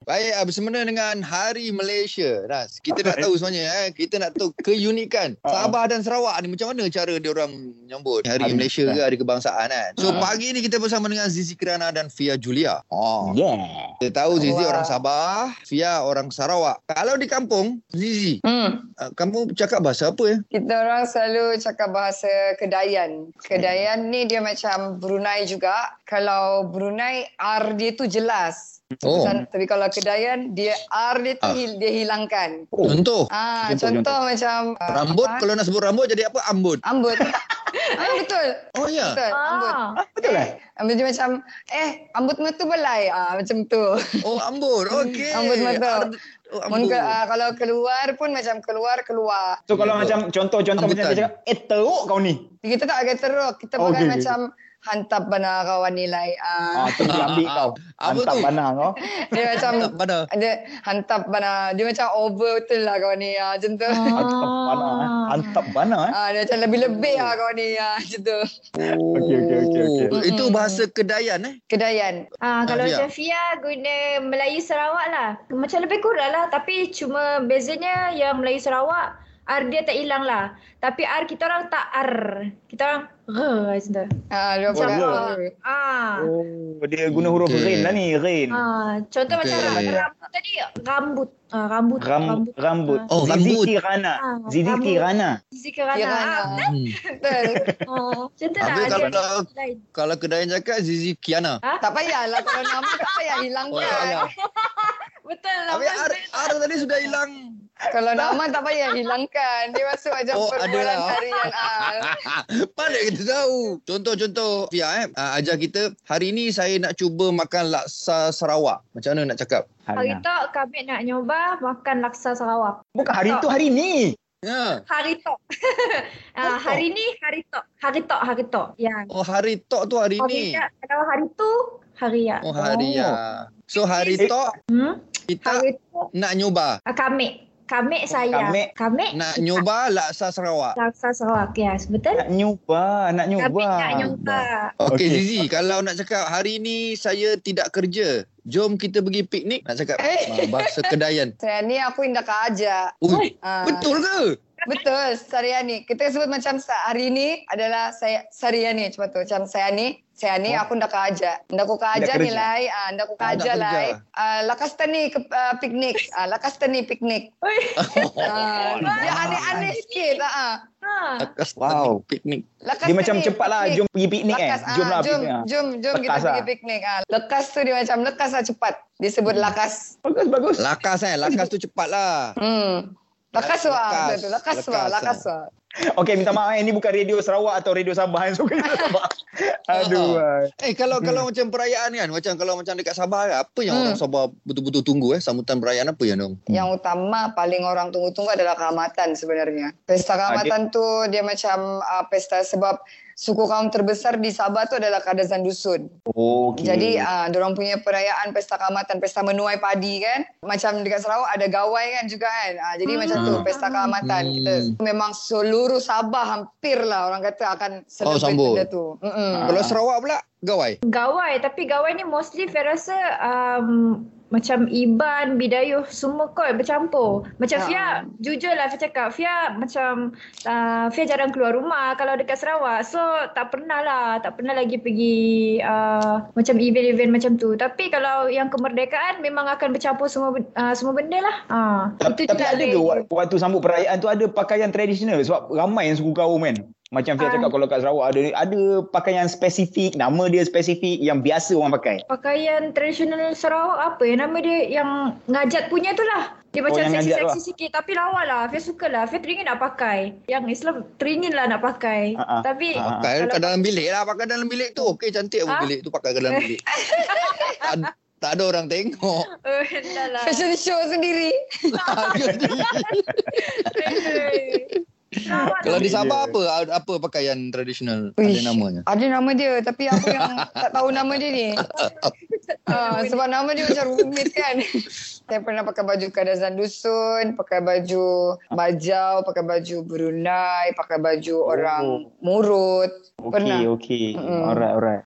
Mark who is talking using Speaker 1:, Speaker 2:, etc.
Speaker 1: Baik, bersempena dengan Hari Malaysia. Ras, kita nak tahu sebenarnya eh, kita nak tahu keunikan
Speaker 2: Ah.
Speaker 1: Sabah dan Sarawak ni macam mana cara dia orang menyambut Hari
Speaker 3: Hari
Speaker 1: Malaysia ke Hari Kebangsaan kan.
Speaker 2: Ah.
Speaker 1: So
Speaker 3: Ha.
Speaker 1: pagi ni kita bersama dengan Zizi Kirana dan Fia Julia. Oh.
Speaker 3: Yeah.
Speaker 1: Kita tahu Zizi
Speaker 2: Wah.
Speaker 1: orang Sabah, Fia orang Sarawak. Kalau di kampung, Zizi,
Speaker 2: Hmm,
Speaker 1: uh, kamu cakap bahasa apa ya?
Speaker 2: kita orang selalu cakap bahasa Kedayan. Kedayan ni dia macam Brunei juga. Kalau Brunei R dia tu jelas.
Speaker 1: Oh.
Speaker 2: Kesan- Tapi kalau Kedayan dia R dia tu
Speaker 1: Ah.
Speaker 2: hil- dia hilangkan.
Speaker 3: Oh,
Speaker 1: Contoh,
Speaker 2: Ah,
Speaker 3: Contoh,
Speaker 2: contoh, macam ah,
Speaker 1: rambut
Speaker 2: apa?
Speaker 1: kalau nak sebut rambut jadi apa? Ambut.
Speaker 2: ambut. ah, betul.
Speaker 1: Oh ya.
Speaker 2: Betul, ambut.
Speaker 3: betul lah.
Speaker 2: Ambut dia macam eh ambutmu tu belai. Ah, macam tu.
Speaker 1: Oh, ambut. Okey.
Speaker 2: Hmm, Ambut mata.
Speaker 1: Ar- Oh,
Speaker 2: Mun
Speaker 1: ambut.
Speaker 2: ke, ah, kalau keluar pun macam keluar keluar.
Speaker 3: So
Speaker 1: Betul.
Speaker 3: kalau macam contoh-contoh macam
Speaker 1: Sambutan.
Speaker 3: dia cakap, eh teruk kau ni.
Speaker 2: Kita tak agak teruk. Kita
Speaker 3: Oh,
Speaker 2: pakai
Speaker 3: okey, okey.
Speaker 2: macam hantar bana kawan nilai. Ah,
Speaker 3: Ah, tu dia ambil kau.
Speaker 1: Apa
Speaker 3: Hantar
Speaker 1: tu?
Speaker 3: panah kau.
Speaker 2: dia macam
Speaker 1: Tak pada.
Speaker 2: ada hantar bana. Dia macam over betul lah kawan ni. Ah, macam tu.
Speaker 4: Oh.
Speaker 3: Hantar
Speaker 4: Ah.
Speaker 3: panah. eh. Hantar panah. eh.
Speaker 2: Ah, dia macam lebih-lebih lah kawan ni. Ah, macam tu.
Speaker 3: Okey, okey, okey, okey.
Speaker 1: Oh, Itu bahasa Kedayan eh.
Speaker 2: Kedayan.
Speaker 4: Ah, kalau
Speaker 1: Fia.
Speaker 4: macam Fia guna Melayu Sarawak lah. Macam lebih kurang lah. Tapi cuma bezanya yang Melayu Sarawak, R dia tak hilang lah. Tapi R kita orang tak R. Kita orang R lah macam tu.
Speaker 2: Ah, dia
Speaker 3: Macam
Speaker 2: pakai-
Speaker 3: apa?
Speaker 4: Ah.
Speaker 3: Oh, dia guna huruf
Speaker 1: Okey.
Speaker 3: rain lah ni, rain.
Speaker 4: ah. Contoh macam
Speaker 1: Okey.
Speaker 4: rambut, rambut tadi, rambut. Ah, rambut.
Speaker 3: Ram, rambut.
Speaker 1: Oh,
Speaker 3: Zizi
Speaker 1: rambut.
Speaker 3: Kirana.
Speaker 4: Ah,
Speaker 3: Zizi
Speaker 4: rambut.
Speaker 3: Kirana.
Speaker 4: Sisi kerana.
Speaker 2: Kirana.
Speaker 4: Ah,
Speaker 1: Hmm.
Speaker 2: kan, Betul.
Speaker 4: oh. Macam tu lah.
Speaker 1: Habis
Speaker 4: Ada
Speaker 1: kalau
Speaker 4: lain.
Speaker 1: kalau Kedayan cakap Zizi Kiana.
Speaker 2: tak payahlah kalau nama tak payah
Speaker 1: Oh,
Speaker 2: hilangkan.
Speaker 1: tak payah.
Speaker 4: Betul lah.
Speaker 1: Habis R, R tadi sudah hilang.
Speaker 2: Kalau nama tak payah hilangkan. Dia masuk macam
Speaker 1: Oh,
Speaker 2: oh,
Speaker 1: ada
Speaker 2: perbualan
Speaker 1: lah.
Speaker 2: harian. Ah.
Speaker 1: Pandai kita tahu. Contoh-contoh Fia eh. Uh, ajar kita hari ni saya nak cuba makan laksa Sarawak. Macam mana nak cakap?
Speaker 3: Harina.
Speaker 4: Hari tu kami nak nyoba makan laksa Sarawak.
Speaker 3: Bukan hari tu, hari ni.
Speaker 1: Ya.
Speaker 4: Hari tok. ah, hari ni hari tok. Hari tok, hari tok. Ya.
Speaker 1: Oh hari tok tu hari ni.
Speaker 4: Hari ya. Kalau hari tu, hari ya.
Speaker 1: Oh hari ya. So hari
Speaker 3: Eh.
Speaker 1: tok
Speaker 4: Hmm?
Speaker 1: kita
Speaker 4: Hari tu,
Speaker 1: nak nyoba.
Speaker 4: ah, kami. Kami saya.
Speaker 3: kami.
Speaker 4: Kami.
Speaker 1: Oh, Nak nyoba laksa Sarawak.
Speaker 4: Laksa Sarawak. Ya, betul.
Speaker 3: Nak nyoba, nak
Speaker 4: Kami
Speaker 3: nyoba.
Speaker 4: nak nyoba.
Speaker 1: Okey okay.
Speaker 3: Okey.
Speaker 1: Zizi, kalau nak cakap hari ni saya tidak kerja. Jom kita pergi piknik. Nak cakap ah,
Speaker 4: Eh.
Speaker 1: bahasa Kedayan.
Speaker 2: Saya ni aku indah ke ajak.
Speaker 1: Ui,
Speaker 2: Ah.
Speaker 1: betul ke?
Speaker 2: Betul, Sariani. Kita sebut macam sa- hari ni adalah saya Sariani cuma tu. Macam saya ni, saya ni
Speaker 3: Oh.
Speaker 2: aku ndak kaja. Ndak aku kaja
Speaker 3: Ndak
Speaker 2: ni
Speaker 3: kerja.
Speaker 2: lai, ah ndak aku
Speaker 1: Ah, ndak
Speaker 2: kaja
Speaker 1: kerja.
Speaker 2: lai. Ah lakas tani ke ah, piknik. Ah lakas tani piknik.
Speaker 1: oh,
Speaker 2: Ah dia aneh-aneh sikit, ah. ah.
Speaker 4: Ha.
Speaker 1: Akas
Speaker 3: Wow.
Speaker 1: piknik.
Speaker 2: Lekas
Speaker 3: Dia macam
Speaker 2: tani
Speaker 3: cepat lah,
Speaker 2: piknik.
Speaker 3: jom pergi piknik eh.
Speaker 2: Lekas,
Speaker 3: Jom
Speaker 2: ah,
Speaker 3: lah
Speaker 2: jom,
Speaker 3: piknik. ah.
Speaker 2: jom, jom kita
Speaker 3: Lekas
Speaker 2: pergi
Speaker 3: lah. Hmm.
Speaker 2: piknik. Ah, lekas tu dia macam lekas lah cepat. Disebut lekas.
Speaker 3: Bagus, bagus.
Speaker 1: Lakas eh, lakas tu cepat lah.
Speaker 2: Hmm. Lekas wah,
Speaker 1: Lekas,
Speaker 2: betul tu. Lekas wah,
Speaker 1: lekas,
Speaker 2: lekas
Speaker 1: ah.
Speaker 3: lah.
Speaker 2: wah.
Speaker 3: Okey, minta maaf eh. Ini bukan radio Sarawak atau radio Sabah. yang Suka radio Sabah. Aduh. ah.
Speaker 1: Eh kalau kalau macam perayaan kan, macam kalau macam dekat Sabah kan, apa yang
Speaker 2: Hmm.
Speaker 1: orang Sabah betul-betul tunggu eh sambutan perayaan apa yang dong?
Speaker 2: Yang utama paling orang tunggu-tunggu adalah kehamatan sebenarnya. Pesta kehamatan tu dia macam uh, pesta sebab suku kaum terbesar di Sabah tu adalah Kadazan Dusun.
Speaker 3: Okey.
Speaker 2: Jadi uh, orang punya perayaan pesta kehamatan, pesta menuai padi kan. Macam dekat Sarawak ada gawai kan juga kan. Ah, jadi
Speaker 4: Hmm.
Speaker 2: macam tu pesta kehamatan.
Speaker 1: Hmm.
Speaker 2: Kita memang seluruh Sabah hampir lah orang kata akan
Speaker 1: Oh, sambut.
Speaker 2: benda tu. Mm-mm.
Speaker 3: Ah.
Speaker 1: Kalau Sarawak pula gawai.
Speaker 4: Gawai. Tapi gawai ni mostly Fia rasa um, macam Iban, Bidayuh, semua kot bercampur. Macam
Speaker 3: Ah.
Speaker 2: Ha.
Speaker 4: Fia, jujur lah Fia cakap. Fia macam, uh, Fia jarang keluar rumah kalau dekat Sarawak. So, tak pernah lah. Tak pernah lagi pergi uh, macam event-event macam tu. Tapi kalau yang kemerdekaan memang akan bercampur semua ben- uh, semua benda lah. Uh,
Speaker 3: tapi, tapi ada ke wa- waktu sambut perayaan tu ada pakaian tradisional sebab ramai yang suku kaum kan. Macam Fia
Speaker 4: Ah.
Speaker 3: cakap kalau kat Sarawak ada ada pakaian spesifik, nama dia spesifik yang biasa orang pakai.
Speaker 4: pakaian tradisional Sarawak apa ya nama dia yang ngajat punya tu lah. Dia macam
Speaker 3: Oh, yang ngajat
Speaker 4: seksi-seksi sikit tapi lawa lah. Fia suka lah. Fia teringin nak pakai. Yang Islam teringin lah nak pakai.
Speaker 3: Ha, ha.
Speaker 4: Tapi
Speaker 3: Ha, ha.
Speaker 1: Pakai
Speaker 4: Kalau-
Speaker 1: kat dalam bilik lah, pakai dalam bilik tu. Okey cantik apa
Speaker 4: Ah?
Speaker 1: bilik tu pakai kat dalam bilik. tak, tak ada orang tengok.
Speaker 4: eh, dah lah.
Speaker 2: Fashion show sendiri.
Speaker 4: Sarawak
Speaker 1: Kalau
Speaker 4: lah.
Speaker 1: di
Speaker 3: Bilik
Speaker 1: Sabah
Speaker 3: dia.
Speaker 1: apa apa pakaian tradisional
Speaker 2: Uish,
Speaker 1: ada namanya?
Speaker 2: Ada nama dia tapi aku yang tak tahu nama dia ni. Ah, sebab nama dia macam rumit kan. Saya pernah pakai baju Kadazan Dusun, pakai baju Bajau, pakai baju Brunei, pakai baju orang Murut.
Speaker 3: Okey,
Speaker 2: Pernah.
Speaker 3: okey.
Speaker 2: Mm-mm.
Speaker 3: Alright, alright.